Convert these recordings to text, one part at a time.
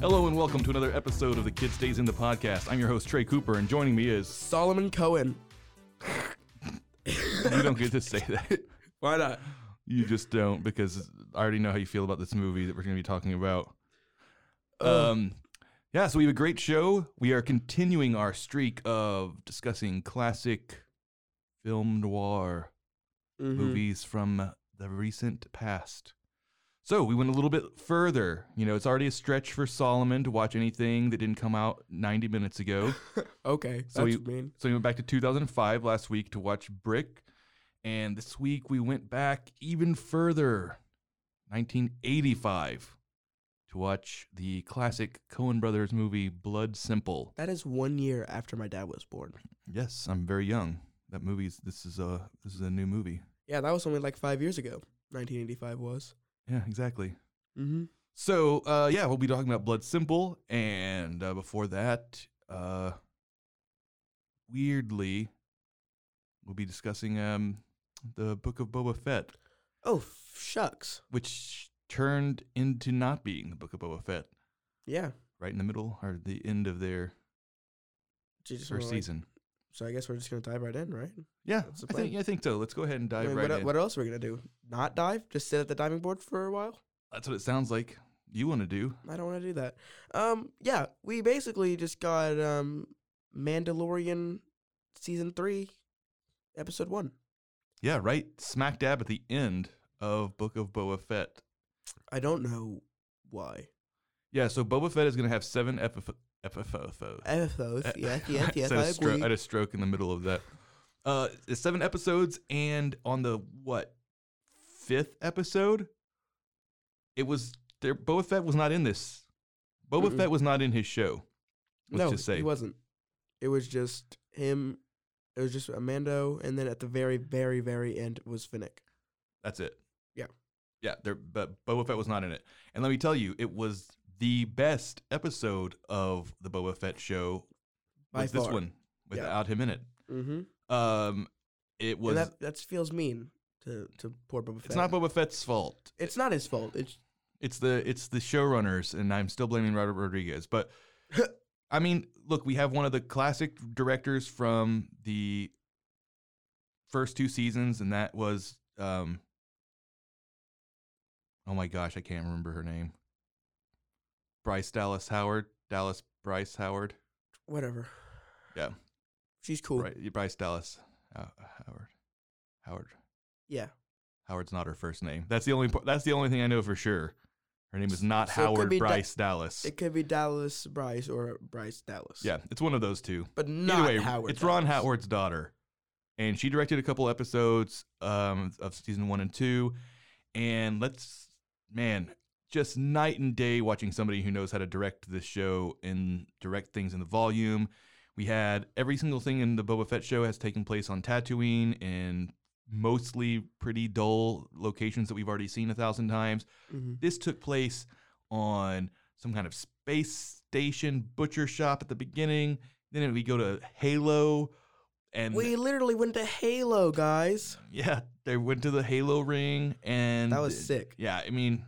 Hello and welcome to another episode of the Kid Stays in the podcast. I'm your host Trey Cooper, and joining me is Solomon Cohen. you don't get to say that. Why not? You just don't because I already know how you feel about this movie that we're going to be talking about. Um, yeah, so we have a great show. We are continuing our streak of discussing classic film noir Mhm. movies from the recent past. So we went a little bit further. You know, it's already a stretch for Solomon to watch anything that didn't come out 90 minutes ago. Okay, So that's you- mean. So we went back to 2005 last week to watch Brick, and this week we went back even further, 1985, to watch the classic Coen Brothers movie Blood Simple. That is one year after my dad was born. Yes, I'm very young. That movie's this is a this is a new movie. Yeah, that was only like five years ago. 1985 was. Yeah, exactly. Mm-hmm. So uh, yeah, we'll be talking about Blood Simple, and uh, before that, uh, weirdly, we'll be discussing um, the Book of Boba Fett. Oh f- shucks. which turned into not being the Book of Boba Fett, Yeah. right in the middle or the end of their She just first wanna, like- season. so I guess we're just gonna dive right in, right? Yeah, that's the I think, plan. I think so. Let's go ahead and I dive mean, right what, in. what else are we gonna do? Not dive? Just sit at the diving board for a while? That's what it sounds like you want to do. I don't want to do that. Um, yeah, we basically just got um, Mandalorian season three, episode one. Yeah, right smack dab at the end of Book of Boba Fett. I don't know why. Yeah, so Boba Fett is going to have seven FF- FFOs. Episodes, Uh, yes, yes, yes. I, had I a stro- I agree. had a stroke in the middle of that. Uh, it's seven episodes, and on the what fifth episode, it was there. Boba Fett was not in this. Boba Mm-mm. Fett was not in his show. Let's no, just say he wasn't. It was just him. It was just Amando, and then at the very, very, very end was Finnick. that's it. Yeah. yeah. There, but Boba Fett was not in it. And let me tell you, it was the best episode of the Boba Fett show. By was this far. one without him in it? Mm-hmm. Um, it was. and that that feels mean to to poor Boba Fett. it's not Boba Fett's fault. It's not his fault. It's It's the it's the showrunners, and I'm still blaming Robert Rodriguez. But I mean, look, we have one of the classic directors from the first two seasons, and that was um. Oh my gosh, I can't remember her name. Bryce Dallas Howard, Dallas Bryce Howard, whatever. Yeah. She's cool. Bry- Bryce Dallas uh, Howard, Howard. Yeah. Howard's not her first name. That's the only. po- That's the only thing I know for sure. Her name is not So it could Howard be Da- Bryce Dallas. It could be Dallas Bryce or Bryce Dallas. Yeah, it's one of those two. But not Either way, Howard. it's Ron Dallas. Howard's daughter, and she directed a couple episodes um, of season one and two. And let's, man, just night and day watching somebody who knows how to direct this show and direct things in the volume. We had every single thing in the Boba Fett show has taken place on Tatooine and mostly pretty dull locations that we've already seen a thousand times. Mhm. This took place on some kind of space station butcher shop at the beginning. Then we go to Halo, and We literally went to Halo, guys. yeah, they went to the Halo ring, and That was sick. Yeah, I mean,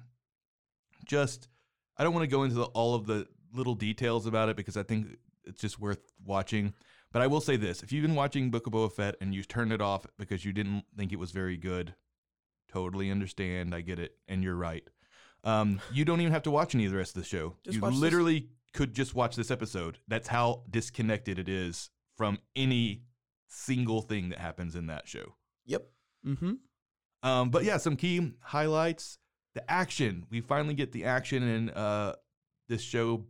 just I don't want to go into the, all of the little details about it because I think it's just worth watching. But I will say this: if you've been watching Book of Boba Fett and you turned it off because you didn't think it was very good, totally understand. I get it, and you're right. Um, you don't even have to watch any of the rest of the show. Just you watch this- literally could just watch this episode. That's how disconnected it is from any single thing that happens in that show. Yep. Mm-hmm. Um, but yeah, some key highlights. The action. We finally get the action in uh, this show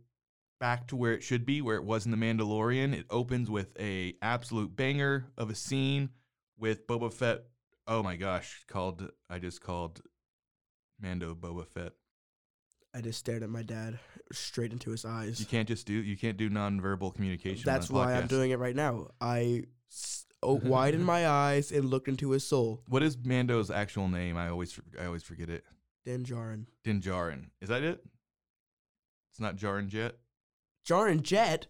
back to where it should be, where it was in The Mandalorian. It opens with a absolute banger of a scene with Boba Fett. Oh my gosh, called I just called Mando Boba Fett. I just stared at my dad straight into his eyes. You can't just do you can't do nonverbal communication. on That's a why I'm podcast. doing it right now. I s- o- widened my eyes and looked into his soul. What is Mando's actual name? I always for- I always forget it. Then Jaren. Din Djarin. Is that it? It's not Jaren Jet. Jaren Jet?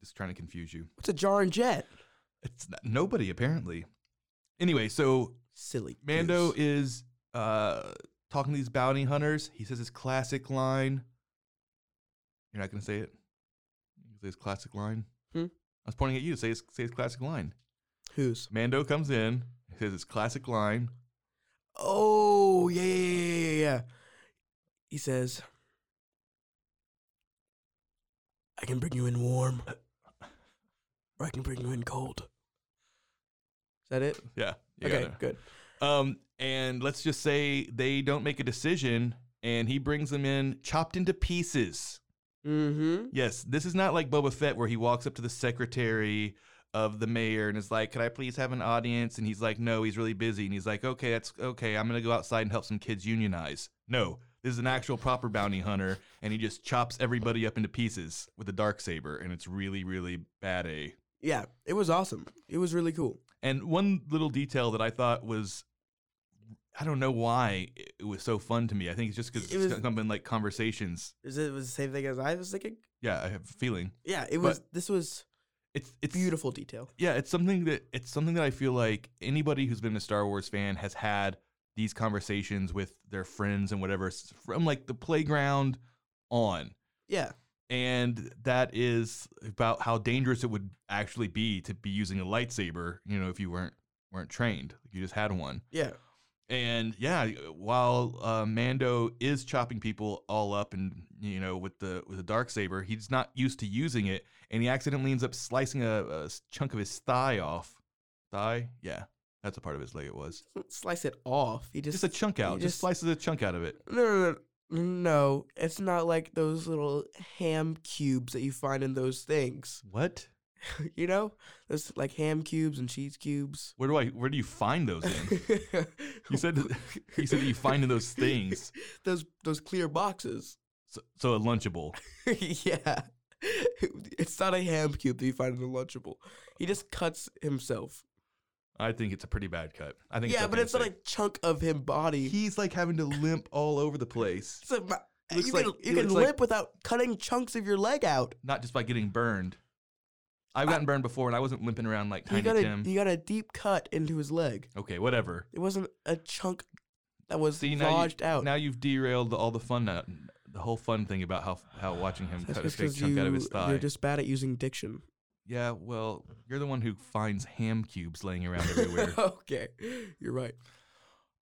Just trying to confuse you. What's a Jaren Jet? It's not, nobody apparently. Anyway, so Silly. Mando goose. is uh, talking to these bounty hunters. He says his classic line. You're not gonna say it. You say his classic line. Hmm? I was pointing at you. Say his, say his classic line. Who's? Mando comes in. He says his classic line. Oh, yeah, yeah, yeah, yeah, yeah. He says, I can bring you in warm, or I can bring you in cold. Is that it? Yeah. you okay, got it. good. Um, and let's just say they don't make a decision, and he brings them in chopped into pieces. Mm hmm. Yes, this is not like Boba Fett where he walks up to the secretary of the mayor and is like, "Could I please have an audience?" And he's like, "No, he's really busy." And he's like, "Okay, that's okay. I'm gonna go outside and help some kids unionize." No, this is an actual proper bounty hunter, and he just chops everybody up into pieces with a dark saber, and it's really, really bad. A Yeah, it was awesome. It was really cool. and one little detail that I thought was, I don't know why it- it was so fun to me. I think it's just because It it's was- come in like conversations. Is it was the same thing as I was thinking? Yeah, I have a feeling Yeah, it But- was. this was it's it's beautiful detail. Yeah, it's something that it's something that I feel like anybody who's been a Star Wars fan has had these conversations with their friends and whatever s- from like the playground on. Yeah, And that is about how dangerous it would actually be to be using a lightsaber, you know, if you weren't weren't trained. You just had one. yeah. And yeah, while uh, Mando is chopping people all up, and you know, with the with the dark saber, he's not used to using it, and he accidentally ends up slicing a, a s- chunk of his thigh off. Thigh, yeah, that's a part of his leg. It was Slice it off. You just, just a chunk out. you Just, just- slices a chunk out of it. no, no, no, no. It's not like those little ham cubes that you find in those things. What? you know, those like ham cubes and cheese cubes. Where do I? Where do you find those in? You said you said that you find in those things. those those clear boxes. So, so a lunchable. yeah. It's not a ham cube that you find in the Lunchable. He just cuts himself. I think it's a pretty bad cut. I think. Yeah, okay but to it's not say. a chunk of him body. he's like having to limp all over the place. It's a ma- It looks you like- can, it you can looks like- limp without cutting chunks of your leg out. not just by getting burned. I've gotten burned before, and I wasn't limping around like Tiny you got Tim. a you got a deep cut into his leg. okay, whatever. It wasn't a chunk that was See now, you, lodged out. now you've derailed all the fun, out, the whole fun thing about how how watching him That's cut a just big 'cause chunk out of his you- thigh. You're just bad at using diction. yeah, well, you're the one who finds ham cubes laying around everywhere. okay, you're right.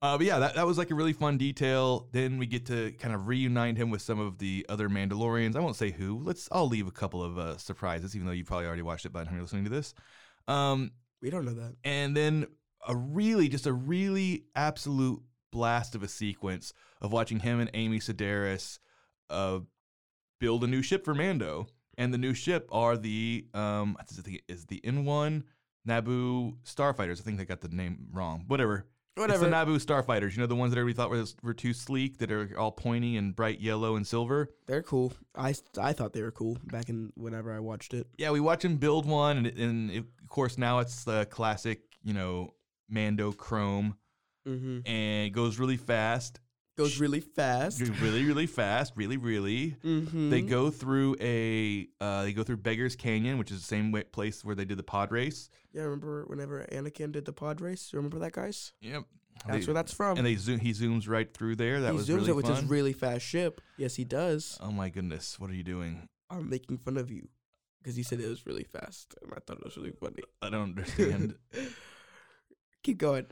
Uh, but yeah, that, that was like a really fun detail. Then we get to kind of reunite him with some of the other Mandalorians. I won't say who. Let's. I'll leave a couple of uh, surprises, even though you probably already watched it by the time you're listening to this. Um, We don't know that. and then a really just a really absolute blast of a sequence of watching him and Amy Sedaris uh, build a new ship for Mando, and the new ship are the um I think it is the N one Naboo starfighters. I think they got the name wrong. Whatever. It's Whatever. the Naboo starfighters. You know the ones that everybody thought were, were too sleek, that are all pointy and bright yellow and silver. They're cool. I, s- I thought they were cool back in whenever I watched it. yeah, we watch him build one, and, and it- of course now it's the classic, you know, Mando Chrome, Mm-hmm. and it goes really fast, Goes really fast. really, really fast, really, really. Mm-hmm. They go through a, uh, they go through Beggar's Canyon, which is the same way, place where they did the pod race. Yeah, remember whenever Anakin did the pod race? You remember that, guys? Yep, That's They- where that's from. And they zoom, he zooms right through there. That he was zooms really it with fun. his really fast ship. Yes, he does. oh my goodness, what are you doing? I'm making fun of you because you said it was really fast, and I thought it was really funny. I don't understand. Keep going.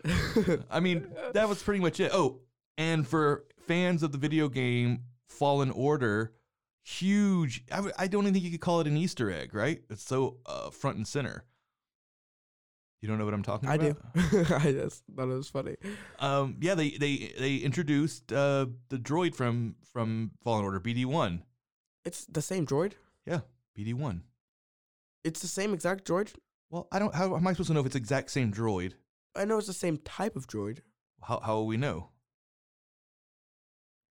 I mean, that was pretty much it. Oh, and for fans of the video game Fallen Order, huge. I, w- I don't even think you could call it an Easter egg, right? It's so uh, front and center. You don't know what I'm talking I do. about? I just thought it was funny. Um, yeah, they they they introduced uh the droid from from Fallen Order BD one. It's the same droid. BD one. It's the same exact droid. Well, I don't. How am I supposed to know if it's exact same droid? I know it's the same type of droid, How how will we know?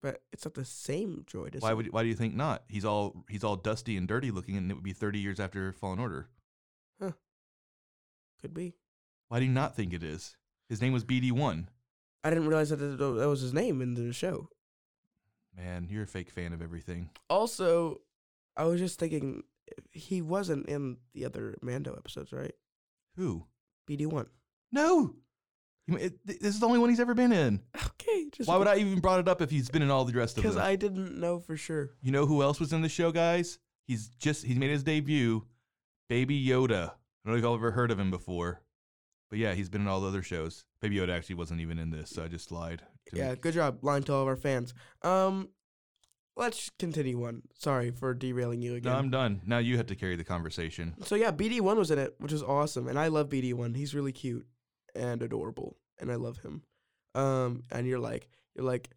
but it's not the same droid. is Why it? would why do you think not? He's all he's all dusty and dirty looking, and it would be 30 years after Fallen Order. could be? Why do you not think it is? His name was BD one. I didn't realize that that that was his name in the show. Man, you're a fake fan of everything. Also, I was just thinking he wasn't in the other Mando episodes, right? Who? BD one. No. He- it- th- this is the only one he's ever been in. Okay. Just Why would I even brought it up if he's been in all the rest of Because them? I didn't know for sure. you know who else was in the show, guys? He's just he made his debut, Baby Yoda. I don't know if you've ever heard of him before, but yeah, he's been in all the other shows. Baby Yoda actually wasn't even in this, so I just lied. to Yeah, make- good job lying to all of our fans. Um, let's continue on. Sorry for derailing you again. No, I'm done. Now you have to carry the conversation. so yeah, BD one was in it, which was awesome, and I love BD one. He's really cute and adorable, and I love him. Um, and you're like, you're like,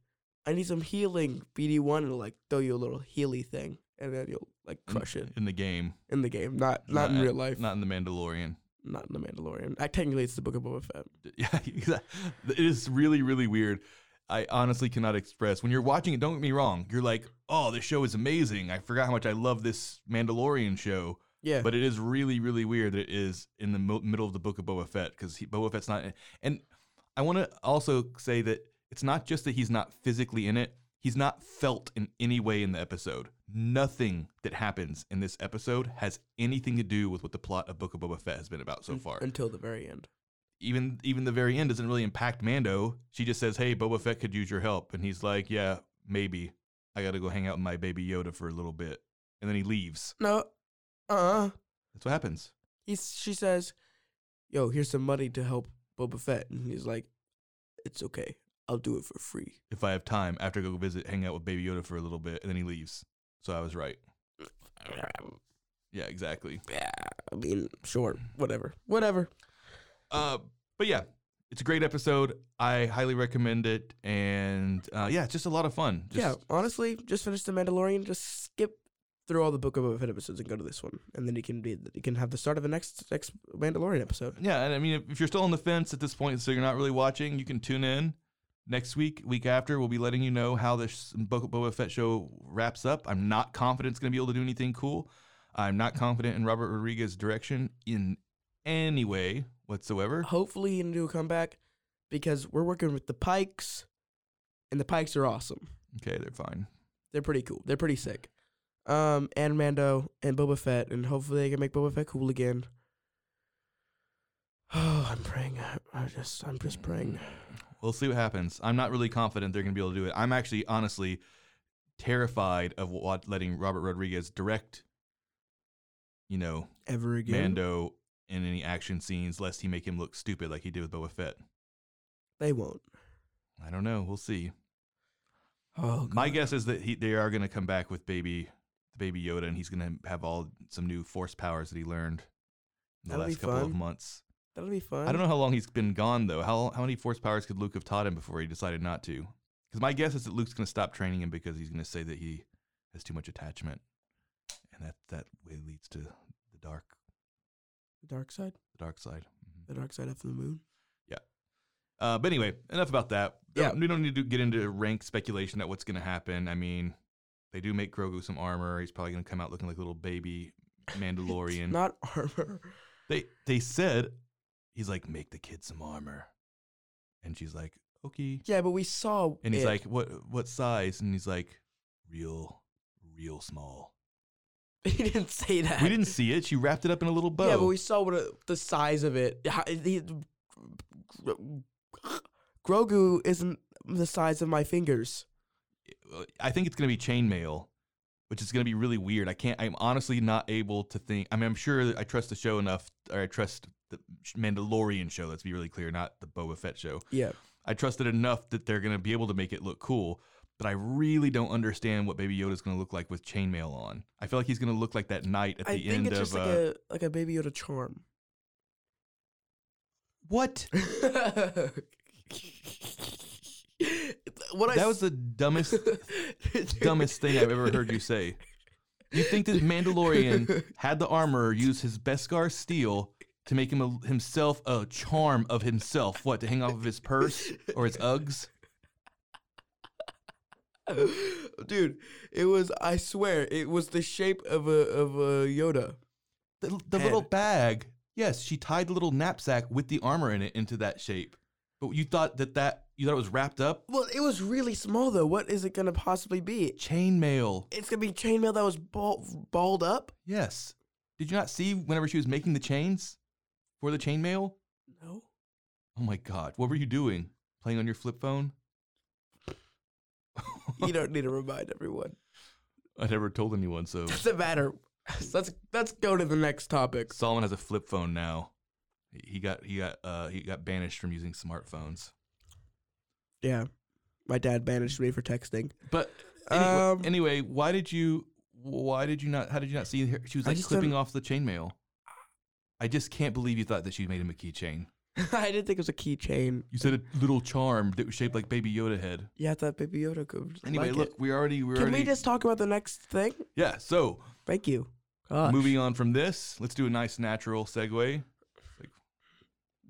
I need some healing, BD one, and like throw you a little healy thing, and then you'll like in- crush it in the game, in the game, not not in Not- real life, not in the Mandalorian. not in the Mandalorian. I, technically, it's the Book of Boba Fett. Yeah, exact- it is really, really weird. I honestly cannot express when you're watching it. Don't get me wrong. You're like, oh, this show is amazing. I forgot how much I love this Mandalorian show. Yeah, But it is really, really weird that it is in the mo- middle of the book of Boba Fett because Boba Fett's not. in- And I want to also say that it's not just that he's not physically in it. He's not felt in any way in the episode. Nothing that happens in this episode has anything to do with what the plot of Book of Boba Fett has been about so un- far. until the very end. Even even the very end doesn't really impact Mando. She just says, "Hey, Boba Fett could use your help," and he's like, "Yeah, maybe. I got to go hang out with my baby Yoda for a little bit," and then he leaves. No, uh, uh That's what happens. he's she says, "Yo, here's some money to help Boba Fett," and he's like, "It's okay, I'll do it for free." if I have time after I go visit, hang out with Baby Yoda for a little bit, and then he leaves. So I was right. Yeah, exactly. Yeah, I mean, sure, whatever, whatever. Uh, but yeah, it's a great episode. I highly recommend it, and uh, yeah, it's just a lot of fun. Just, yeah, honestly, just finish the Mandalorian. Just skip through all the Book of Boba Fett episodes and go to this one, and then you can be you can have the start of the next next Mandalorian episode. yeah. And I mean, if, if you're still on the fence at this point, so you're not really watching, you can tune in next week, week after. We'll be letting you know how this Bo- Boba Fett show wraps up. I'm not confident it's going to be able to do anything cool. I'm not confident in Robert Rodriguez's direction in any way whatsoever. Hopefully, he can do a comeback because we're working with the Pikes, and the Pikes are awesome. Okay, they're fine. They're pretty cool. They're pretty sick. Um, and Mando and Boba Fett, and hopefully they can make Boba Fett cool again. Oh, I'm praying. I, I just, I'm just praying. We'll see what happens. I'm not really confident they're going to be able to do it. I'm actually honestly terrified of what, letting Robert Rodriguez direct, you know, Ever again, Mando in any action scenes, lest he make him look stupid like he did with Boba Fett. they won't. I don't know. We'll see. Oh, My guess is that he, they are going to come back with baby, baby Yoda, and he's going to have all some new force powers that he learned in the That'll last be couple of fun. months. that'll be fun. I don't know how long he's been gone though. How how many force powers could Luke have taught him before he decided not to? Because my guess is that Luke's going to stop training him because he's going to say that he has too much attachment, and that that way leads to the dark Dark side, the dark side. Mhm. the dark side after the moon. Uh, but anyway, enough about that. Yeah. We don't need to get into rank speculation at what's going to happen. I mean, they do make Grogu some armor. He's probably going to come out looking like a little baby Mandalorian. It's not armor. They they said he's like make the kid some armor, and she's like okay. Yeah, but we saw. And he's it. like, "What what size?" And he's like, "Real, real small." he didn't say that. We didn't see it. She wrapped it up in a little bow. Yeah, but we saw what a, the size of it. How- he- Grogu isn't the size of my fingers. I think it's gonna be chainmail, which is gonna be really weird. I can't. I'm honestly not able to think. I mean, I'm sure that I trust the show enough, or I trust the Mandalorian show. Let's be really clear, not the Boba Fett show. Yeah. I trust it enough that they're gonna be able to make it look cool. But I really don't understand what Baby Yoda's gonna look like with chainmail on. I feel like he's gonna look like that knight at I the uh, end think it's of just uh, like a like a Baby Yoda charm. What? what I That was the dumbest, dumbest thing I've ever heard you say. You think this Mandalorian had the armorer use his Beskar steel to make him a, himself a charm of himself? What to hang off of his purse or his Uggs? Dude, it was. I swear, it was the shape of a of a Yoda. The, the little Head. bag. Yes, she tied the little knapsack with the armor in it into that shape. But you thought that that you thought it was wrapped up Well, it was really small though. What is it gonna possibly be? chainmail. It's gonna be chainmail that was ball, balled up. Yes. Did you not see whenever she was making the chains for the chainmail? No. Oh my god, what were you doing? Playing on your flip phone? You don't need to remind everyone. I never told anyone, so Doesn't matter. Let's let's go to the next topic. Solomon has a flip phone now. He- He got he got uh he got banished from using smartphones. Yeah, my dad banished me for texting. But anyway, Um, anyway, why did you why did you not how did you not see her? She was I like just clipping don't- off the chainmail. I just can't believe you thought that she made him a keychain. I didn't think it was a keychain. You said a little charm that was shaped like Baby Yoda head. Yeah, I thought Baby Yoda could. Anyway, like look, it. we already we Can already we just talk about the next thing? yeah. So Thank you. Gosh. moving on from this, let's do a nice natural segue.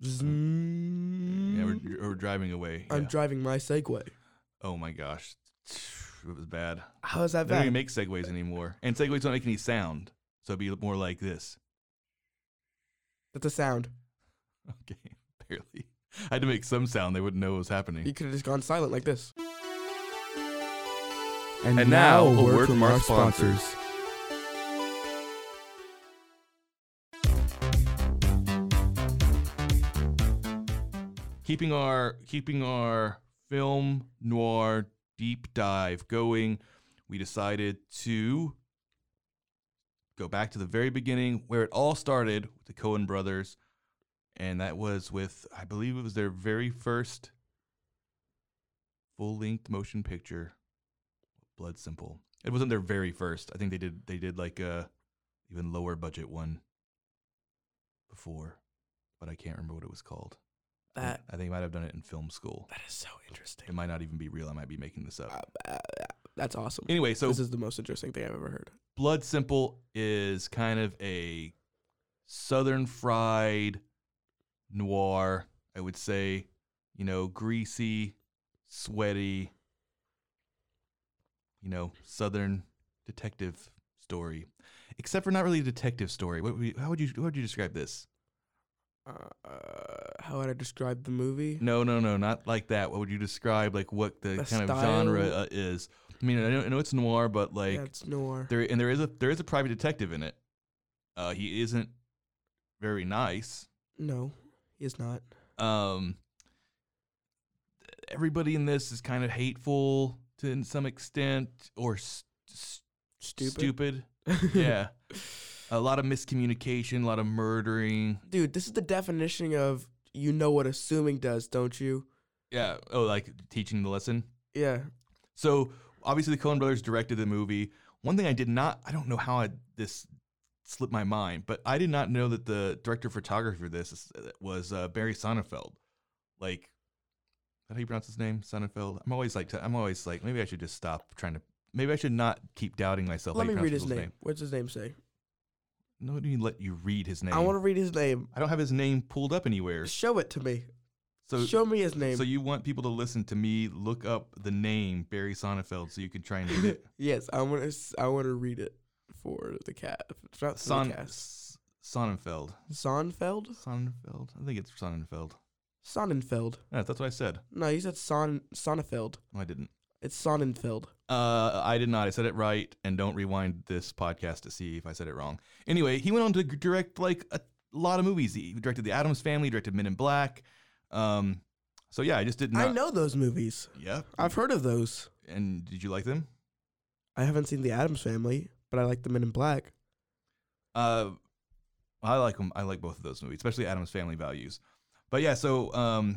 Zoom. Yeah, we're, we're driving away. Mm-hmm. I'm yeah. driving my Segway. oh my gosh, it was bad. How's that They don't bad? even make segways anymore, and segways don't make any sound, so it'd be more like this. That's a sound. Okay, barely. I had to make some sound; they wouldn't know what was You happening. could have just gone silent like this. And now, a word from our sponsors. Keeping our keeping our film noir deep dive going, we decided to go back to the very beginning where it all started with the Cohen brothers, and that was with I believe it was their very first full length motion picture, Blood Simple. It wasn't their very first. I think they did they did like a even lower budget one before, but I can't remember what it was called. I think- That I think I might have done it in film school. that is so It interesting. might not even be real. I might be making this Uh, up. uh, that's awesome. Anyway, so this is the most interesting thing I've ever heard. Blood Simple is kind of a southern fried noir, I would say, you know, greasy, sweaty, you know, southern detective story. Except for not really a detective story. What would you, how would you how would you describe this? Uh, uh, how would I describe the movie? No, no, no, not like that. What would you describe like what the, The kind of style? genre uh, is? I mean, I know, I know it's noir, but like yeah, it's noir. There and there is a there is a private detective in it. Uh, he isn't very nice. No, he is not. Um, everybody in this is kind of hateful to in some extent or st- Stupid. stupid. yeah, a lot of miscommunication, a lot of murdering. Dude, this is the definition of you know what assuming does, don't you? Yeah. Oh, like teaching the lesson. Yeah. So obviously the Coen brothers directed the movie. One thing I did not I don't know how I, this slipped my mind, but I did not know that the director of photography for this is- was uh, Barry Sonnenfeld. Like is that how you pronounce his name? Sonnenfeld. I'm always like I'm always like maybe I should just stop trying to maybe I should not keep doubting myself. how Let you me pronounce read his people's name. What's his name say? No, I didn't let you read his name. I want to read his name. I don't have his name pulled up anywhere. Show it to me. So Show me his name. so you want people to listen to me look up the name Barry Sonnenfeld so you can try and read it. yes, I want to. I want to read it for the cat. For the Son cast. S- Sonnenfeld. Sonnenfeld. Sonnenfeld? I think it's Sonnenfeld. Sonnenfeld. Yeah, that's what I said. No, you said Son Sonnenfeld. No, I didn't. It's Sonnenfeld. Uh, I did not. I said it right, and don't rewind this podcast to see if I said it wrong. Anyway, he went on to g- direct like a lot of movies. He directed The Adams Family, directed Men in Black. Um, so yeah, I just did not. I know those movies. Yeah. I've heard of those. And did you like them? I haven't seen The Adams Family, but I like The Men in Black. Uh, I like them. I like both of those movies, especially Adam's Family Values. But yeah, so um,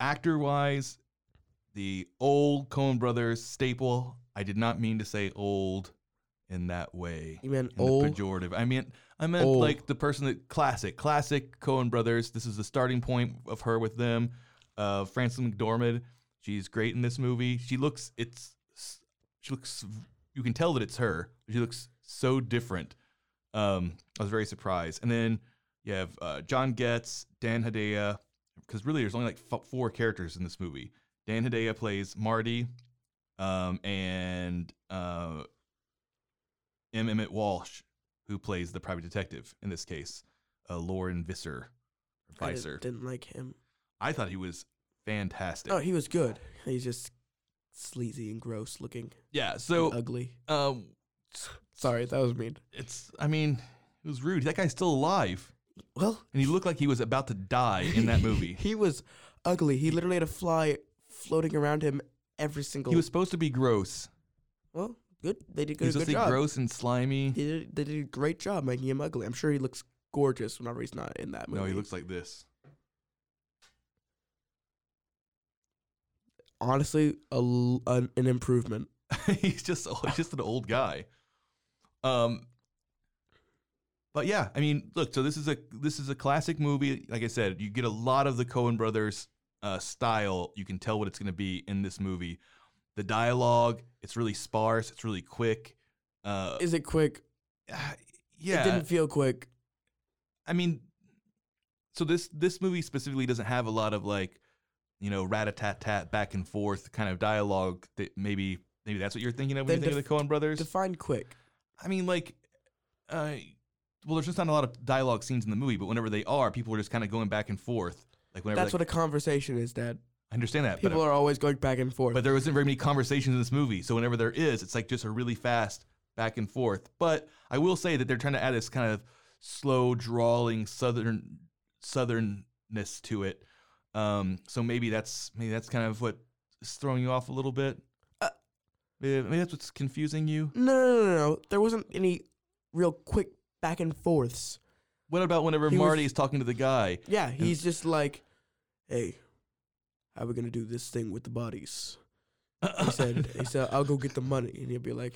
actor wise, the old Coen Brothers staple. I did not mean to say old in that way. You meant in old. the pejorative. I mean, I meant Old. like the person that classic, classic Cohen brothers. This is the starting point of her with them. Uh, Frances McDormand, she's great in this movie. She looks, it's, she looks, you can tell that it's her. She looks so different. Um, I was very surprised. And then you have uh, John Getz, Dan Hedaya, because really there's only like f- four characters in this movie. Dan Hedaya plays Marty, um, and uh, M. Emmett Walsh who plays the private detective in this case, uh, Lauren Visser. Or I just Visser. didn't like him. I thought he was fantastic. Oh, he was good. He's just sleazy and gross looking. yeah. So So, ugly. um, Sorry, that was mean. it's. I mean, it was rude. That guy's still alive, Well, and he looked like he was about to die in that movie. he was ugly. He literally had a fly floating around him every single. he was supposed to be gross. well good. They did He was good, supposed good to be job. gross and slimy. They did, they did a great job making him ugly. I'm sure he looks gorgeous whenever he's not in that movie. No, he looks like this. honestly a l an, an improvement. he's just oh, he's just an old guy. Um but yeah, I mean, look, so this is a this is a classic movie. Like I said, you get a lot of the Coen brothers uh, style. You can tell what it's going to be in this movie. The dialogue, it's really sparse, it's really quick. Uh Is it quick? It yeah. didn't feel quick. I mean, so this this movie specifically doesn't have a lot of like, you know, rat a tat tat back and forth kind of dialogue that maybe maybe that's what you're thinking of when Then you think def- of the Coen brothers. Define quick. I mean, like, uh, well, there's just not a lot of dialogue scenes in the movie, but whenever they are, people are just kind of going back and forth. Like, whenever That's like, what a conversation is, Dad. I understand that, but, People are always going back and forth. but there isn't very many conversations in this movie. So whenever there is, it's like just a really fast back and forth. But I will say that they're trying to add this kind of slow, drawling southern southernness to it. Um, so maybe that's maybe that's kind of what is throwing you off a little bit. Uh, maybe, maybe that's what's confusing you. no, no, no, no, no. There wasn't any real quick back and forths. What about whenever He was- Marty is talking to the guy? Yeah, he's just like, hey, how we gonna do this thing with the bodies? He said, he said, I'll go get the money, and he'll be like,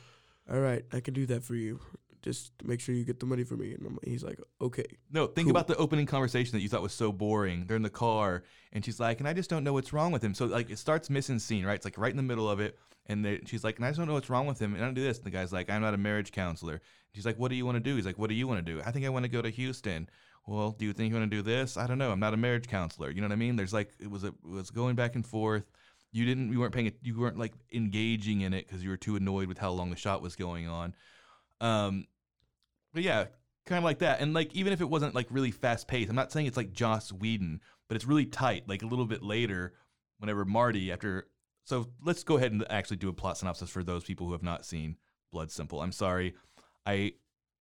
all right, I can do that for you. Just make sure you get the money for me. And I'm, he's like, okay. No, think Who- about the opening conversation that you thought was so boring. They're in the car, and she's like, "And I just don't know what's wrong with him." So like, it starts missing scene, right? It's like right in the middle of it, and they, she's like, "And I just don't know what's wrong with him." And I don't do this. And the guy's like, "I'm not a marriage counselor." She's like, "What do you want to do?" He's like, "What do you want to do?" I think I want to go to Houston. Well, do you think you want to do this? I don't know. I'm not a marriage counselor. You know what I mean? There's like it was a, it was going back and forth. You didn't you weren't paying it. You weren't like engaging in it because you were too annoyed with how long the shot was going on. Um, but yeah, kind of like that. And like even if it wasn't like really fast paced, I'm not saying it's like Joss Whedon, but it's really tight. Like a little bit later, whenever Marty after. So let's go ahead and actually do a plot synopsis for those people who have not seen Blood Simple. I'm sorry, I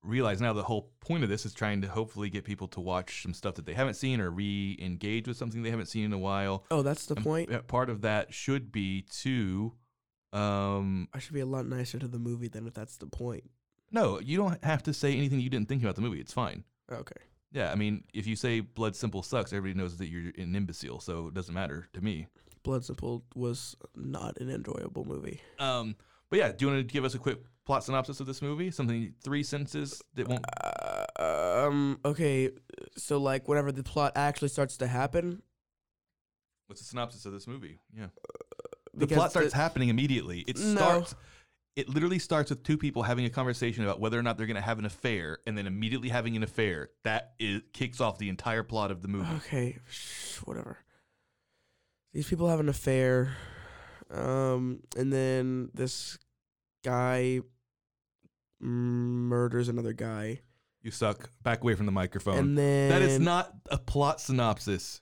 realize now the whole point of this is trying to hopefully get people to watch some stuff that they haven't seen or re-engage with something they haven't seen in a while. Oh, that's the And point. p- Part of that should be to, um, I should be a lot nicer to the movie than if that's the point. no, you don't have to say anything you didn't think about the movie. It's fine. Okay. Yeah, I mean, if you say blood simple sucks, everybody knows that you're an imbecile, so it doesn't matter to me. Blood Simple was not an enjoyable movie. Um, but yeah, do you want to give us a quick plot synopsis of this movie? Something three sentences that won't. Uh, um. Okay. So like, whenever the plot actually starts to happen, What's the synopsis of this movie? Yeah, the because plot starts happening immediately. It No. starts. It literally starts with two people having a conversation about whether or not they're going to have an affair, and then immediately having an affair. That is kicks off the entire plot of the movie. Okay. sh- Whatever. These people have an affair, um, and then this guy murders another guy, You suck. Back away from the microphone. and then Oh. that is not a plot synopsis.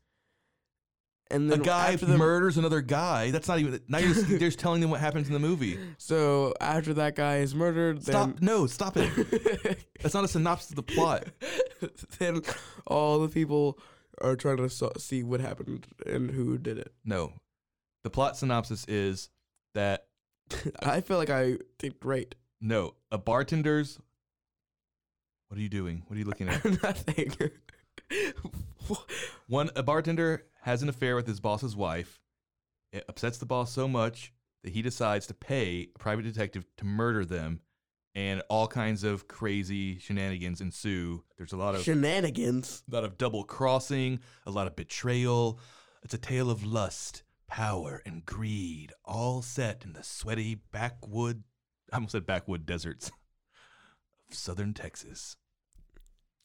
And a then guy after the murders another guy. That's not even. Now you're just, they're just telling them what happens in the movie. So after that guy is murdered, Stop. No, stop it. then That's not a synopsis of the plot. then all the people are trying to so- see what happened and who did it. No, the plot synopsis is that I feel like I did great. no, a bartender's. What are you doing? What are you looking at? Nothing. Wha- One, a bartender has an affair with his boss's wife. It upsets the boss so much that he decides to pay a private detective to murder them and all kinds of crazy shenanigans ensue. There's a lot of Shenanigans. a lot of double crossing, a lot of betrayal. It's a tale of lust, power, and greed, all set in the sweaty backwood. I almost said backwood deserts of southern Texas. And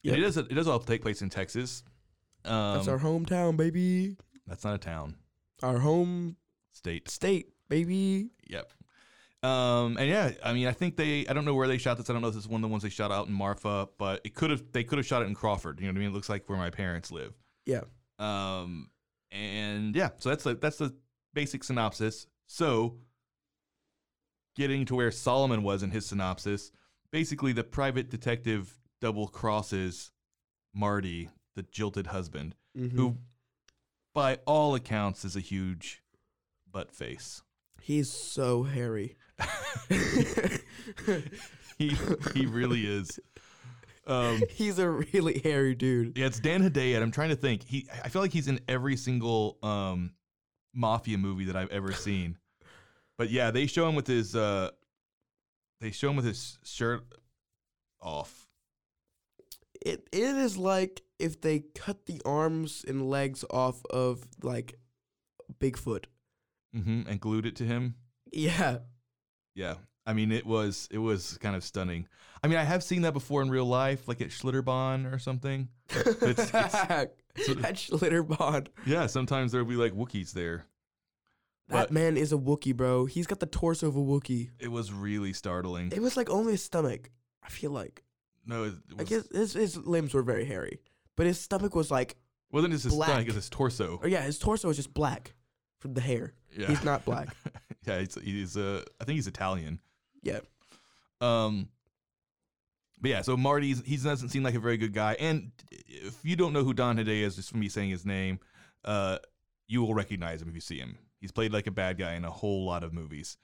Yep. It does. It does all take place in Texas. Um, That's our hometown, baby. that's not a town. Our home State. state, baby. Yep. Um, and yeah, I mean, I think they. I don't know where they shot this. I don't know if this is one of the ones they shot out in Marfa, but it could have. They could have shot it in Crawford. You know what I mean? It looks like where my parents live. Yeah. Um, and yeah, so that's the that's the basic synopsis. So, getting to where Solomon was in his synopsis, basically the private detective double crosses Marty, the jilted husband, Mhm. who, by all accounts, is a huge butt face. He's so hairy. He he really is. Um, He's a really hairy dude. yeah, it's Dan Hidayat. I'm trying to think. He I feel like he's in every single um, mafia movie that I've ever seen. But yeah, they show him with his uh, they show him with his shirt off. It it is like if they cut the arms and legs off of like Bigfoot. hmm and glued it to him. Yeah. Yeah. I mean, it was it was kind of stunning. I mean, I have seen that before in real life, like at Schlitterbahn or something. it's- it's- That's Schlitterbahn. Yeah, sometimes there'll be like Wookiees there. That But- man is a Wookiee, bro. He's got the torso of a Wookiee. It was really startling. It was like only his stomach. I feel like no, it was, I guess his, his limbs were very hairy, but his stomach was like, wasn't just his black. stomach, it was his torso. oh yeah, his torso was just black from the hair. Yeah. He's not black. yeah, he's, he's uh, I think he's Italian. Yeah. Um, but yeah, so Marty's he doesn't seem like a very good guy. And if you don't know who Don Hiday is, just from me saying his name, uh, you will recognize him if you see him. He's played like a bad guy in a whole lot of movies,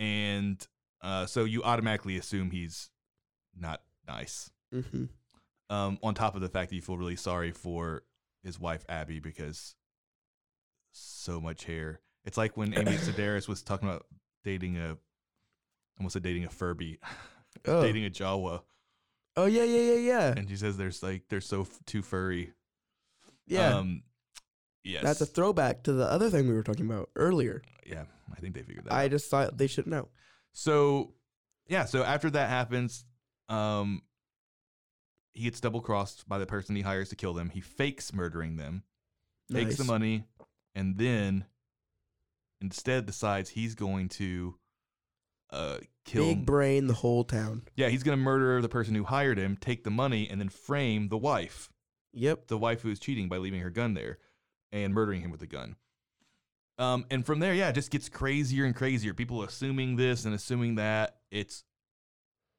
and uh, so you automatically assume he's not nice. hmm Um, on top of the fact that you feel really sorry for his wife Abby because so much hair. It's like when Amy Sedaris was talking about dating a, I almost said dating a Furby, Oh. dating a Jawa, oh yeah, yeah, yeah, yeah, and she says there's like they're so f- too furry. yeah. Um, yes. That's a throwback to the other thing we were talking about earlier. yeah. I think they figured that. I out. just thought they should know. So, yeah. So after that happens, um, he gets double crossed by the person he hires to kill them. He fakes murdering them. takes the Nice. money, and then instead decides he's going to uh, kill. Big brain, the whole town. yeah, he's going to murder the person who hired him, take the money, and then frame the wife, Yep. the wife who's cheating by leaving her gun there and murdering him with a gun. Um, and from there, yeah, it just gets crazier and crazier. People assuming this and assuming that. It's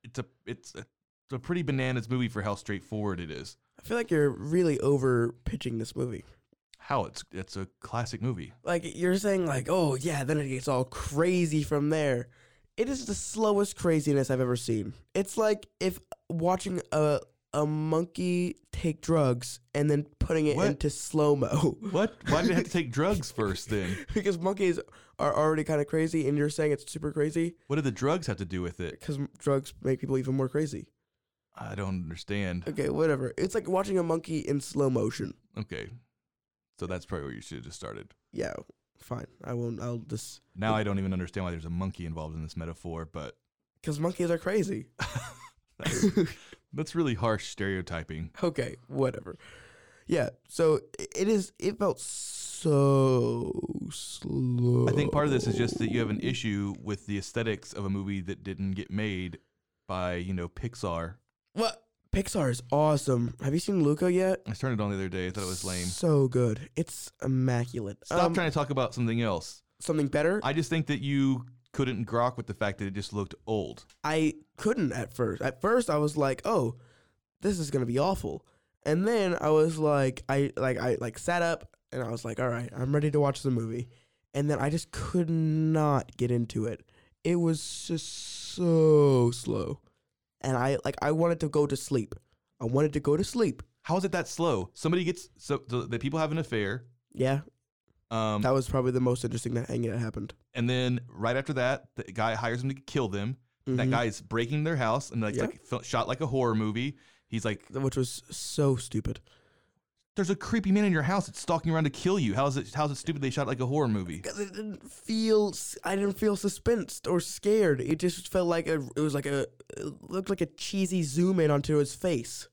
it's a it's a, it's a pretty bananas movie for how straightforward it is. I feel like you're really over pitching this movie. How it's it's a classic movie. Like you're saying, like, oh yeah, then it gets all crazy from there. It is the slowest craziness I've ever seen. It's like if watching a a monkey take drugs and then putting it What? into slow mo. What? Why did it have to take drugs first then? because monkeys are already kind of crazy, and you're saying it's super crazy What do the drugs have to do with it? because drugs make people even more crazy. I don't understand. Okay, whatever. It's like watching a monkey in slow motion. Okay. So that's probably where you should have just started. Yeah, fine. I won't. I'll just Now I don't even understand why there's a monkey involved in this metaphor, but because monkeys are crazy. that's, that's really harsh stereotyping. okay, whatever. Yeah, so i- it is. It felt so slow. I think part of this is just that you have an issue with the aesthetics of a movie that didn't get made by, you know, Pixar. What Pixar is awesome. Have you seen Luca yet? I turned it on the other day. I thought it was lame. So good. It's immaculate. Stop Um, trying to talk about something else. something better. I, I just think that you couldn't grok with the fact that it just looked old. couldn't at first. At first, I was like, "Oh, this is gonna be awful," and then I was like, I like I like sat up and I was like, "All right, I'm ready to watch the movie," and then I just could not get into it. It was just so slow, and I like I wanted to go to sleep. I wanted to go to sleep. How is it that slow? Somebody gets so, so the people have an affair. Yeah, Um, that was probably the most interesting that hang that happened. And then right after that, the guy hires him to kill them. That Mhm. guy's breaking their house and like, it's Yeah. like fil- shot like a horror movie. He's like, which was so stupid. "There's a creepy man in your house. that's stalking around to kill you. How is it? How is it stupid? They shot like a horror movie. Because it didn't feel, s- I didn't feel suspensed or scared. It just felt like a, it was like a, it looked like a cheesy zoom in onto his face.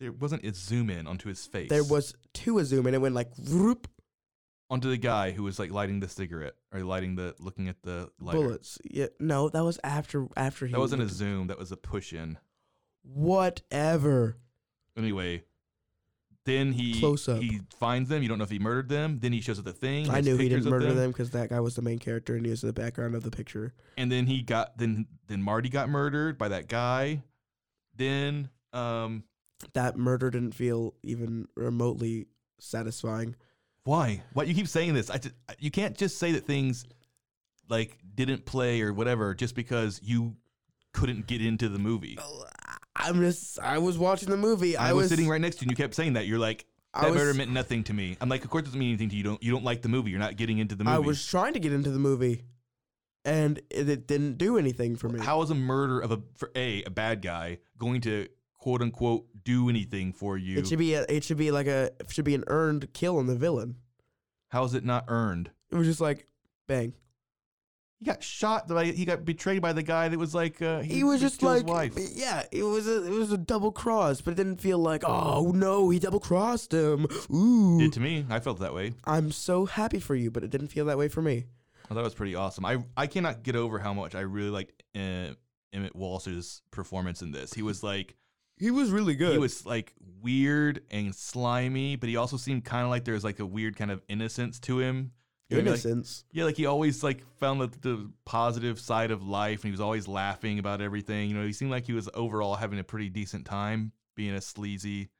There wasn't a zoom in onto his face. There was two a zoom in. It went like, roop, onto the guy who was like lighting the cigarette or lighting the looking at the lighter. bullets. Yeah, no, that was after after he. That wasn't a looked- zoom. That was a push in. Whatever. Anyway, then he Close up. he finds them. You don't know if he murdered them. Then he shows up the thing. I has knew he pictures didn't of murder them because that guy was the main character and he was in the background of the picture. And then he got then then Marty got murdered by that guy. Then um That murder didn't feel even remotely satisfying. why why you keep saying this? I ju- you can't just say that things like didn't play or whatever just because you couldn't get into the movie. I'm just. I was watching the movie. I, I, was, sitting right next to you and you kept saying that. You're like I that was, murder meant nothing to me. I'm like, of course it doesn't mean anything to you. You don't you don't like the movie. You're not getting into the movie. I was trying to get into the movie, and it, it didn't do anything for me. How is a murder of a for a a bad guy going to quote unquote do anything for you? It should be. A, it should be like a. It should be an earned kill on the villain. How is it not earned? It was just like, bang. He got shot. By, he got betrayed by the guy that was like uh, he was that just killed his like eh, wife. yeah it was a it was a double cross but it didn't feel like oh no he double crossed him ooh Did to me. I felt that way. i'm so happy for you but it didn't feel that way for me I thought it was pretty awesome. I I cannot get over how much I really liked uh, Emmett Walsh's performance in this. He was like he was really good He was like weird and slimy, but he also seemed kind of like there was like a weird kind of innocence to him. You know what I mean? Like- innocence yeah, like he always like found the, the positive side of life, and he was always laughing about everything. You know, he seemed like he was overall having a pretty decent time being a sleazy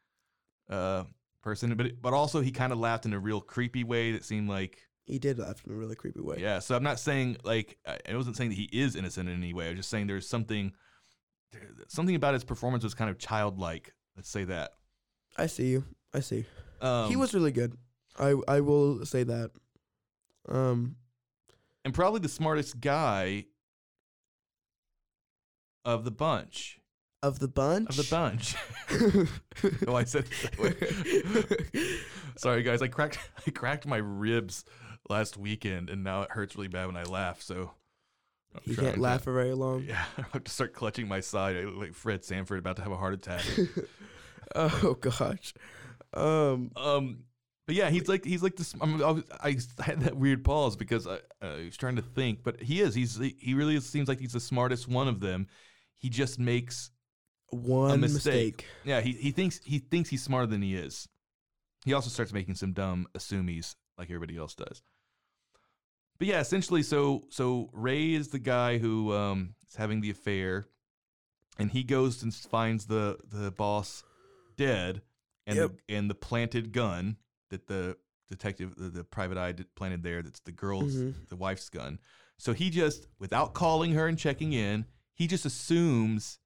uh, person, but but also he kind of laughed in a real creepy way that seemed like he did laugh in a really creepy way yeah, so I'm not saying like I I wasn't saying that he is innocent in any way. I was just saying there's something something about his performance was kind of childlike. Let's say that. i see you i see Um, he was really good i i will say that um and probably the smartest guy of the bunch. of the bunch Of the bunch. bunch oh, I said it that way. Sorry, guys. I cracked I cracked my ribs last weekend, and now it hurts really bad when I laugh. So I'm you trying can't to- laugh for very long Yeah, I have to start clutching my side. I look like Fred Sanford about to have a heart attack. oh gosh um Um, but yeah, he's like he's like this. I'm, I, was, I had that weird pause because I, I was trying to think, but he is. He's he really seems like he's the smartest one of them. He just makes one mistake. mistake yeah. He he thinks he thinks he's smarter than he is. He also starts making some dumb assumies like everybody else does. But yeah, essentially, so so Ray is the guy who um, is having the affair, and he goes and finds the the boss dead, and Yep. the, and the planted gun that the detective, the, the private eye, did- planted there. That's the girl's, Mhm. the wife's gun. So he just, without calling her and checking in, he just assumes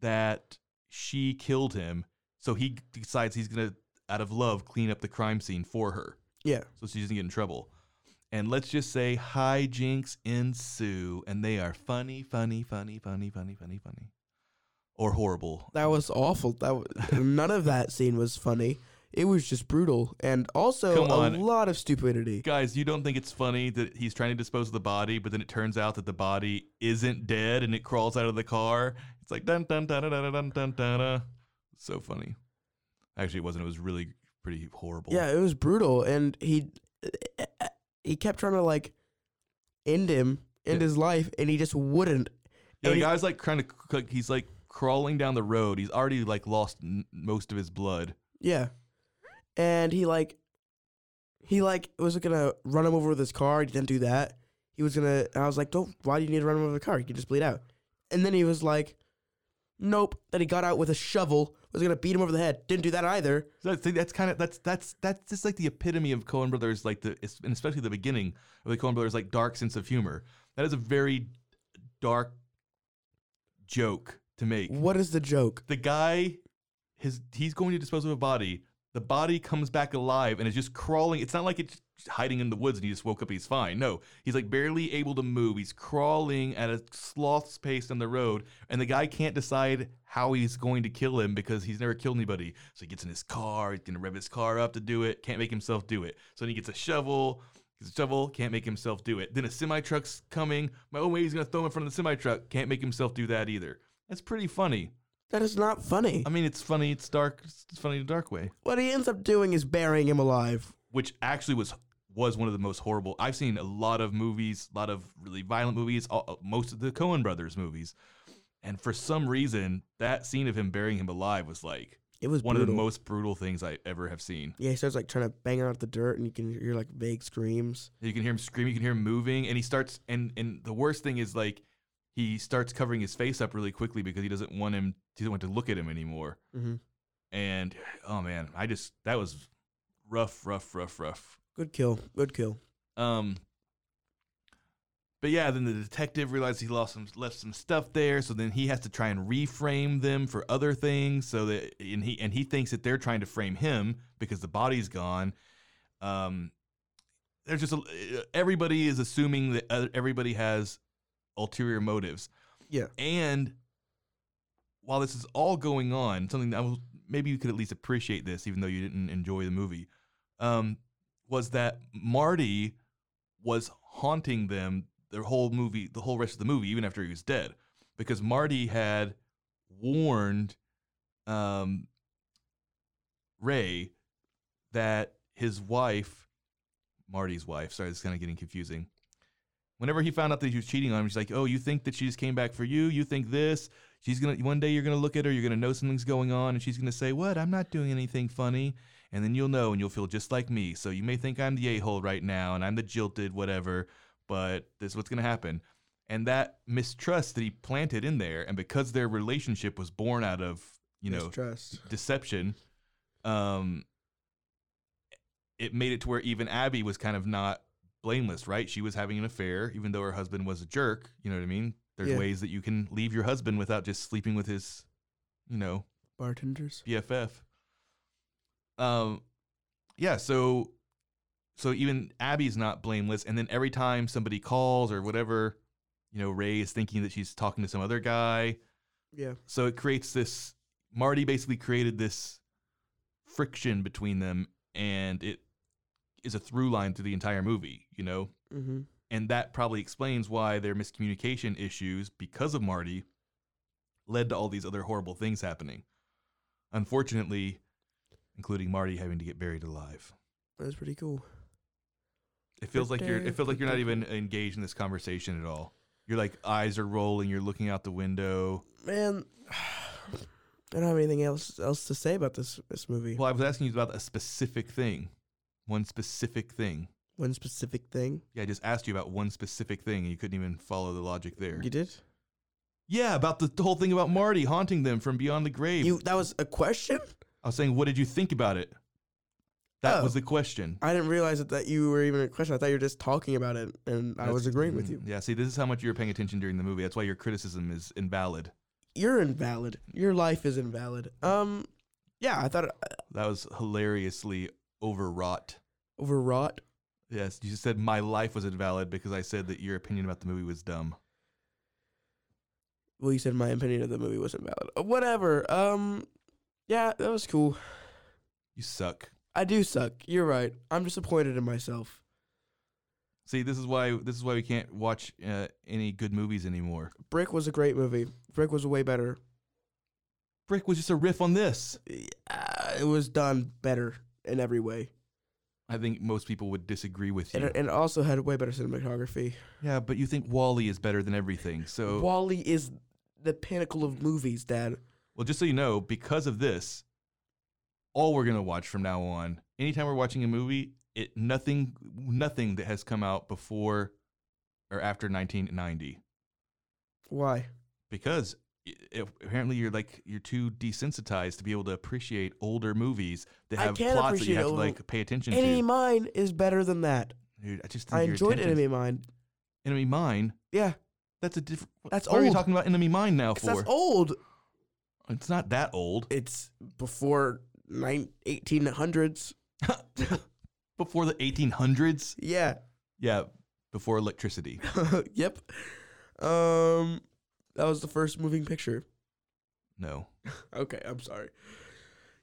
that she killed him. So he decides he's gonna, out of love, clean up the crime scene for her yeah so she doesn't get in trouble. And let's just say hijinks ensue, and they are funny, funny, funny, funny, funny, funny, funny, or horrible. That was awful. That was, none of that scene was funny. It was just brutal, and also Come a on. lot of stupidity. Guys, you don't think it's funny that he's trying to dispose of the body, but then it turns out that the body isn't dead and it crawls out of the car. It's like dun dun dun dun dun dun dun dun. dun. So funny. Actually, it wasn't. It was really pretty horrible. Yeah, it was brutal, and he he kept trying to like end him, end Yeah. his life, and he just wouldn't. Yeah, the And- guy's like trying to. Like, he's like crawling down the road. He's already like lost n- most of his blood. Yeah, and he like he like was gonna run him over with his car. He didn't do that. He was gonna. I was like, don't. Why do you need to run him over with a car? You can just bleed out. And then he was like, nope. Then he got out with a shovel. Was gonna beat him over the head. Didn't do that either. So that's, that's kind of that's that's that's just like the epitome of Coen Brothers, like the es- and especially the beginning of the Coen Brothers, like dark sense of humor. That is a very dark joke to make. What is the joke? The guy, his he's going to dispose of a body. the body comes back alive and is just crawling. It's not like it's hiding in the woods and he just woke up and he's fine. No, he's like barely able to move. He's crawling at a sloth's pace on the road, and the guy can't decide how he's going to kill him because he's never killed anybody. So he gets in his car, he's gonna rev his car up to do it, can't make himself do it. So then he gets a shovel. Gets a shovel can't make himself do it. Then a semi truck's coming. My own way he's gonna throw him in front of the semi truck. Can't make himself do that either. That's pretty funny. That is not funny. I mean, it's funny. It's dark. It's funny in a dark way. What he ends up doing is burying him alive. which actually was was one of the most horrible. I've seen a lot of movies, a lot of really violent movies, all, uh, most of the Coen Brothers movies, and for some reason, that scene of him burying him alive was like It was one of brutal. the most brutal things I ever have seen. Yeah, he starts like trying to bang out the dirt, and you can hear like vague screams. You can hear him scream, you can hear him moving, and he starts. And and the worst thing is like he starts covering his face up really quickly because he doesn't want him. He doesn't want to look at him anymore. Mm-hmm. And oh man, I just that was rough, rough, rough, rough. Good kill. Good kill. Um, but yeah, then the detective realized he lost some left some stuff there, so then he has to try and reframe them for other things. So that and he and he thinks that they're trying to frame him because the body's gone. Um, there's just a, everybody is assuming that uh, everybody has ulterior motives. Yeah. And while this is all going on, something that I was, maybe you could at least appreciate this, even though you didn't enjoy the movie, um, was that Marty was haunting them their whole movie, the whole rest of the movie, even after he was dead, because Marty had warned um, Ray that his wife, Marty's wife, sorry, this is kind of getting confusing. Whenever he found out that she was cheating on him, she's like, "Oh, you think that she just came back for you? You think this? She's gonna one day you're gonna look at her, you're gonna know something's going on, and she's gonna say, "What? I'm not doing anything funny." And then you'll know, and you'll feel just like me. So you may think I'm the a-hole right now, and I'm the jilted, whatever. But this is what's gonna happen. And that mistrust that he planted in there, and because their relationship was born out of you know Mistrust. deception um it made it to where even abby was kind of not blameless right she was having an affair even though her husband was a jerk you know what i mean there's Yeah. ways that you can leave your husband without just sleeping with his you know bartenders. BFF. Um, yeah. So, so even Abby's not blameless. And then every time somebody calls or whatever, you know, Ray is thinking that she's talking to some other guy. Yeah. So it creates this. Marty basically created this friction between them, and it is a through line through the entire movie. You know, Mm-hmm. and that probably explains why their miscommunication issues because of Marty led to all these other horrible things happening. Unfortunately, including Marty having to get buried alive. That was pretty cool. It feels like you're it feels like you're not even engaged in this conversation at all. You're like eyes are rolling, you're looking out the window. Man, I don't have anything else else to say about this this movie. Well, I was asking you about a specific thing. One specific thing. One specific thing. Yeah, I just asked you about one specific thing and you couldn't even follow the logic there. You did? Yeah, about the, the whole thing about Marty haunting them from beyond the grave. You that was a question? I was saying, what did you think about it? That Oh. was the question. I didn't realize that, that you were even a question. I thought you were just talking about it and I That's- was agreeing with mm, you. Yeah, see, this is how much you were paying attention during the movie. That's why your criticism is invalid. You're invalid. Your life is invalid. Um yeah, I thought uh, it That was hilariously overwrought. overwrought. Yes, you said my life was invalid because I said that your opinion about the movie was dumb. Well, you said my opinion of the movie was invalid. Uh, Whatever. Um yeah, that was cool. You suck. I do suck. You're right. I'm disappointed in myself. See, this is why this is why we can't watch uh, any good movies anymore. Brick was a great movie. Brick was way better. Brick was just a riff on this. uh, it was done better in every way, I think most people would disagree with and you. it, and it also had way better cinematography. yeah, but you think Wally is better than everything. So Wally is the pinnacle of movies, Dad. Well, just so you know, because of this, all we're gonna watch from now on, anytime we're watching a movie, it nothing nothing that has come out before or after 1990, Why? because i i- apparently you're like you're too desensitized to be able to appreciate older movies that I have can plots that you appreciate have to older- like pay attention Enemy to. Mine is better than that. Dude, I just think I your enjoyed attention- Enemy Mine. Enemy Mine. Yeah, That's a different. That's why are you old. talking about Enemy Mine now 'cause for? that's old. It's not that old. It's before nine, 1800s. before the 1800s. Yeah. Yeah, before electricity. yep. Um, that was the first moving picture. No. Okay, I'm sorry.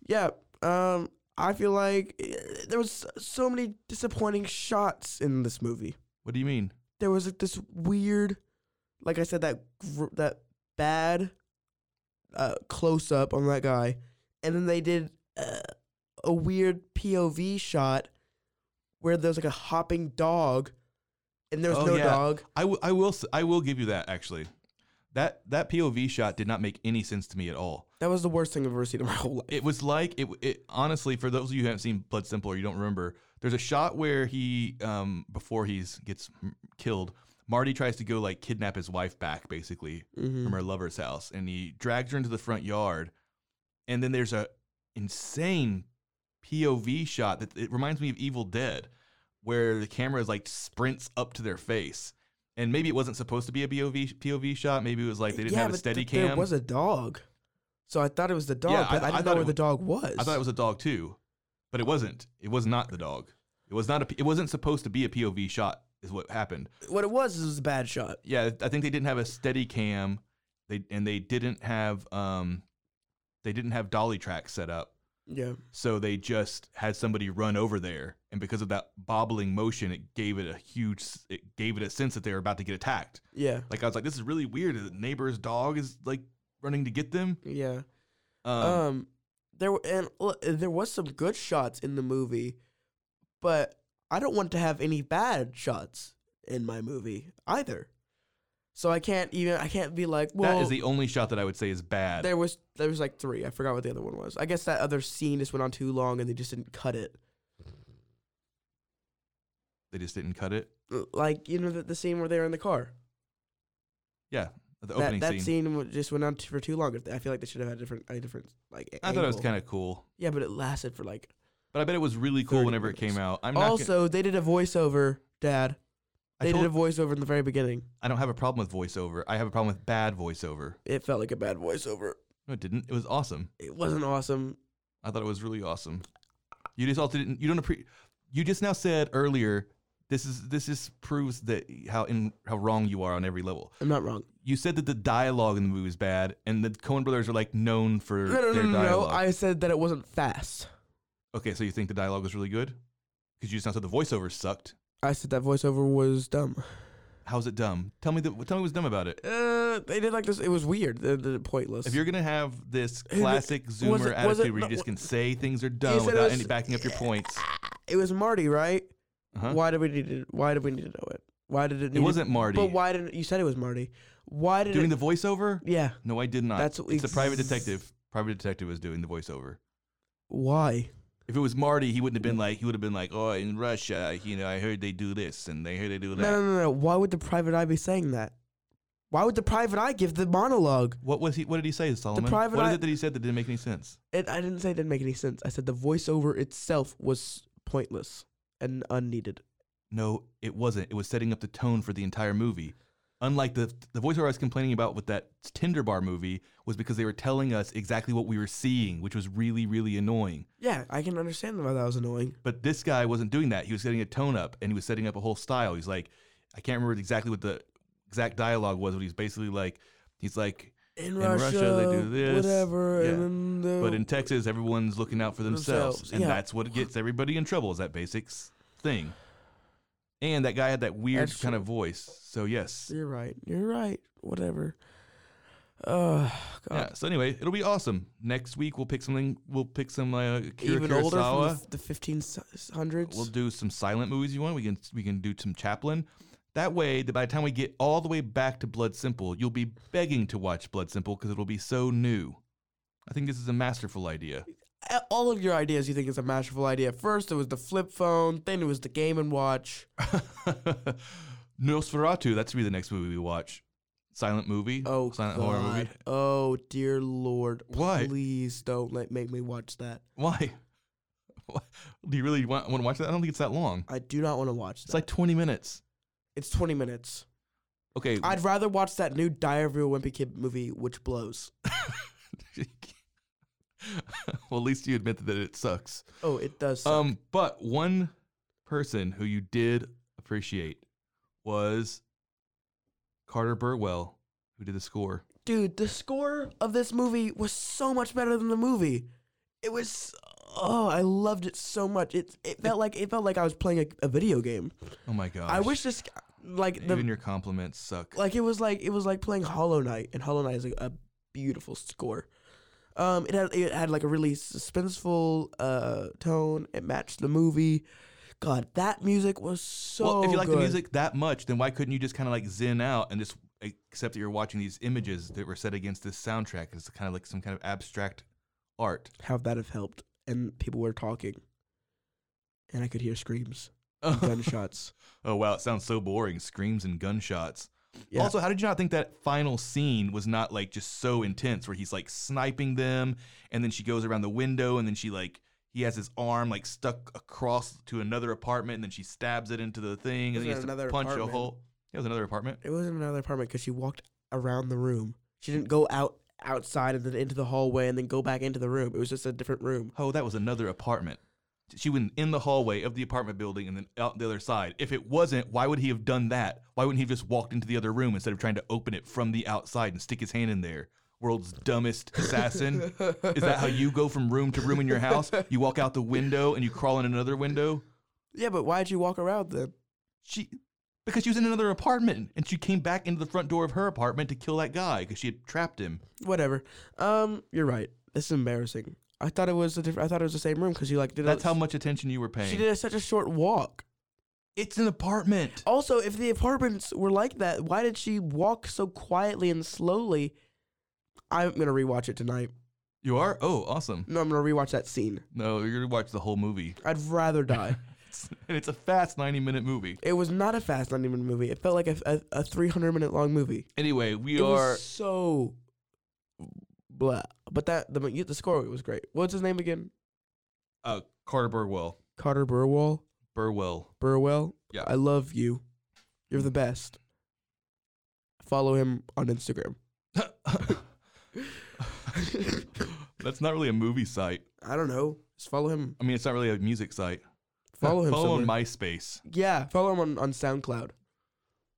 Yeah. Um, I feel like eh, there was so many disappointing shots in this movie. What do you mean? There was like this weird, like I said, that gr- that bad uh, close up on that guy, and then they did uh, a weird POV shot where there's like a hopping dog, and there's Oh, no yeah. dog. I, w- I will s- I will give you that actually. That that POV shot did not make any sense to me at all. That was the worst thing I've ever seen in my whole life. It was like it, it honestly for those of you who haven't seen Blood Simple or you don't remember, there's a shot where he um before he's gets m- killed, Marty tries to go like kidnap his wife back basically Mm-hmm. from her lover's house and he drags her into the front yard and then there's a insane POV shot that it reminds me of Evil Dead where the camera is like sprints up to their face and maybe it wasn't supposed to be a POV POV shot maybe it was like they didn't have a but th- steady There cam was a dog, so I thought it was the dog, Yeah, I but th- I, I thought didn't know it where the was- dog was. I thought it was a dog too but it wasn't it was not the dog it was not a P- it wasn't supposed to be a POV shot is what happened what it was. It was a bad shot. yeah, I think they didn't have a steady cam. They and they didn't have um they didn't have dolly tracks set up. Yeah, So they just had somebody run over there and because of that bobbling motion it gave it a huge s- it gave it a sense that they were about to get attacked. yeah, Like I was like this is really weird. The neighbor's dog is like running to get them. yeah. Um, Um, there were and look, there was some good shots in the movie, but I don't want to have any bad shots in my movie either. So I can't even. I can't be like, well, that is the only shot that I would say is bad. there was there was like three. I forgot what the other one was. I guess that other scene just went on too long and they just didn't cut it. they just didn't cut it. L- Like you know the, the scene where they're in the car. Yeah, the that, opening that scene. scene w- just went on t- for too long. I feel like they should have had different, a different like. I thought it was kind of cool, Yeah, but it lasted for like. but I bet it was really cool 30 whenever it came minutes. out. I'm not gonna- also, they did a voiceover, Dad. I They told- did a voiceover in the very beginning. I don't have a problem with voiceover. I have a problem with bad voiceover. It felt like a bad voiceover. No, it didn't. It was awesome. It wasn't awesome. I thought it was really awesome. You just also didn't. You don't appre- You just now said earlier. This is this just proves that how in how wrong you are on every level. I'm not wrong. You said that the dialogue in the movie was bad, and the Coen Brothers are like known for No, no, no, their no, no, dialogue. I said that it wasn't fast. okay, so you think the dialogue was really good? Because you just now said the voiceover sucked. I said that voiceover was dumb. How's it dumb? Tell me the tell me what's dumb about it. Uh, they did like this. It was weird. The, the pointless. If you're gonna have this Who the- classic was Zoomer it- was attitude it- where you just can say things are You dumb said it without was- any backing up your points, it was Marty, right? uh-huh. Why did we need to? Why did we need to know it? Why did it? Need it wasn't Marty. But why didn't you said it was Marty? Why did doing it? the voiceover? yeah. No, I did not. That's it's the private ex- detective. Private detective was doing the voiceover. Why? If it was Marty, he wouldn't have been like he would have been like, "Oh, in Russia, you know, I heard they do this and they heard they do that." No, no, no, no. Why would the private eye be saying that? Why would the private eye give the monologue? What was he? What did he say, Solomon? private what is eye- it that he said that didn't make any sense? It, I didn't say it didn't make any sense. I said the voiceover itself was pointless and unneeded. No, it wasn't. It was setting up the tone for the entire movie. Unlike the the voiceover I was complaining about with that Tinder bar movie was because they were telling us exactly what we were seeing, which was really really annoying. Yeah, I can understand why that was annoying. But this guy wasn't doing that. He was setting a tone up and he was setting up a whole style. He's like, I can't remember exactly what the exact dialogue was, but he's basically like, he's like, In, Russia, they do this. whatever, Yeah. and then the, but in Texas, everyone's looking out for themselves. Mm. Themselves, and yeah. that's what gets everybody in trouble is that basic s- thing. And that guy had that weird That's kind true. of voice. So, yes. you're right, you're right, whatever. Oh Yeah. God, So, anyway, it'll be awesome. Next week, we'll pick something. We'll pick some uh, Kira even older from the Kurosawa. f- the fifteen hundreds. We'll do some silent movies you want. We can we can do some Chaplin. That way, that by the time we get all the way back to Blood Simple, you'll be begging to watch Blood Simple because it'll be so new. I think this is a masterful idea. a- Uh, all of your ideas you think is a masterful idea. First it was the flip phone, then it was the game and watch. Nosferatu. That's gonna be the next movie we watch. Silent movie. Oh silent God. horror movie. Oh dear Lord. Why? Please don't let make me watch that. Why? Why? Do you really want, want to watch that? I don't think it's that long. I do not want to watch that. It's like 20 minutes. it's twenty minutes. Okay. I'd rather watch that new Diary of a Wimpy Kid movie, which blows. well, at least you admit that it sucks. Oh, it does. Suck. Um, but one person who you did appreciate was Carter Burwell, who did the score. Dude, the score of this movie was so much better than the movie. It was oh, I loved it so much. It it felt like it felt like I was playing a, a video game. Oh my gosh! I wish this like even the your compliments suck. like it was like it was like playing Hollow Knight, and Hollow Knight is like a beautiful score. Um, it had it had like a really suspenseful uh tone. It matched the movie. God, that music was so. well, if you like the good. music that much, then why couldn't you just kind of like zen out and just accept that you're watching these images that were set against this soundtrack? It's kind of like some kind of abstract art. how would that have helped? And people were talking, and I could hear screams, and gunshots. oh wow, it sounds so boring. Screams and gunshots. Yeah. Also, how did you not think that final scene was not like just so intense where he's like sniping them and then she goes around the window and then she like he has his arm like stuck across to another apartment and then she stabs it into the thing and then he Wasn't has it to another punch apartment? a hole. Yeah, it was another apartment. It wasn't another apartment because she walked around the room. She didn't go out outside and then into the hallway and then go back into the room. It was just a different room. Oh, that was another apartment. She went in the hallway of the apartment building and then out the other side. If it wasn't, why would he have done that? Why wouldn't he have just walked into the other room instead of trying to open it from the outside and stick his hand in there? World's dumbest assassin. Is that how you go from room to room in your house? You walk out the window and you crawl in another window? Yeah, but why'd you walk around then? She because she was in another apartment and she came back into the front door of her apartment to kill that guy because she had trapped him. Whatever. Um, you're right. This is embarrassing. I thought it was a different. I thought it was the same room because you like did. That's a, how much attention you were she paying. did such a short walk. it's an apartment. Also, if the apartments were like that, why did she walk so quietly and slowly? I'm gonna rewatch it tonight. You are? Oh, awesome. No, I'm gonna rewatch that scene. No, you're gonna watch the whole movie. I'd rather die. It's- and it's a fast 90 minute movie. it was not a fast, not even movie. It felt like a, a, a 300 minute long movie. Anyway, we it are was so blah. But that the the score was great. What's his name again? uh, Carter Burwell. Carter Burwell. Burwell. Burwell. Yeah. I love you. You're the best. Follow him on Instagram. That's not really a movie site. I don't know. Just follow him. I mean, it's not really a music site. Follow him. Follow on somewhere. MySpace. yeah. Follow him on, on SoundCloud.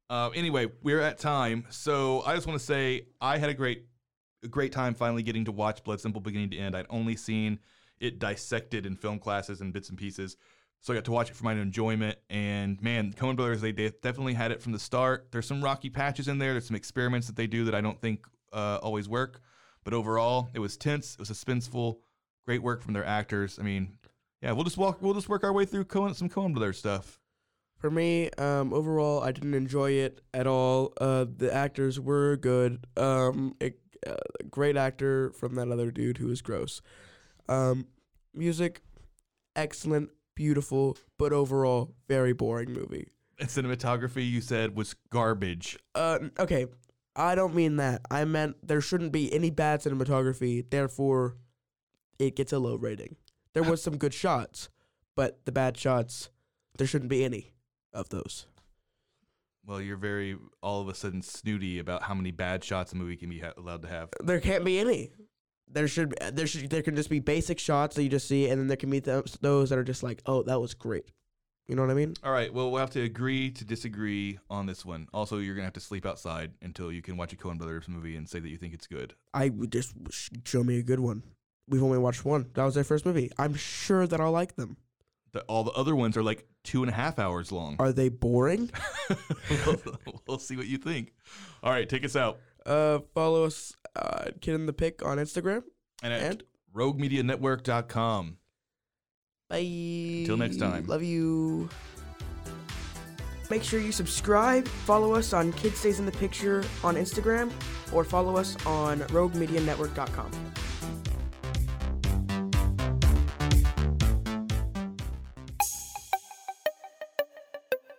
Uh, anyway, we're at time, so I just want to say I had a great, a great time finally getting to watch Blood Simple beginning to end. I'd only seen it dissected in film classes and bits and pieces, so I got to watch it for my own enjoyment. And man, Coen Brothers they, they definitely had it from the start. There's some rocky patches in there. There's some experiments that they do that I don't think uh, always work, but overall it was tense. It was suspenseful. Great work from their actors. I mean, yeah, we'll just walk. We'll just work our way through Coen, some Coen Brothers stuff. For me, um, overall, I didn't enjoy it at all. Uh, the actors were good. Um, a, a great actor from that other dude who was gross. Um, music, excellent, beautiful, but overall, very boring movie. And cinematography, you said, was garbage. Uh, n- okay, I don't mean that. I meant there shouldn't be any bad cinematography. Therefore, it gets a low rating. There was some good shots, but the bad shots, there shouldn't be any of those. Well, you're very all of a sudden snooty about how many bad shots a movie can be ha- allowed to have. there can't be any. There should uh, there should there can just be basic shots that you just see, and then there can be th- those that are just like, oh, that was great. You know what I mean? All right, well, we'll have to agree to disagree on this one. Also, you're gonna have to sleep outside until you can watch a Coen Brothers movie and say that you think it's good. I would just sh- show me a good one. We've only watched one. That was their first movie. I'm sure that I'll like them. The, all the other ones are like two and a half hours long. Are they boring? we'll, we'll see what you think. All right, take us out. Uh, follow us, uh, Kid in the Pick on Instagram. And at And RogueMediaNetwork.com. bye. Until next time. Love you. Make sure you subscribe, follow us on Kid Stays in the Picture on Instagram, or follow us on roguemedianetwork.com.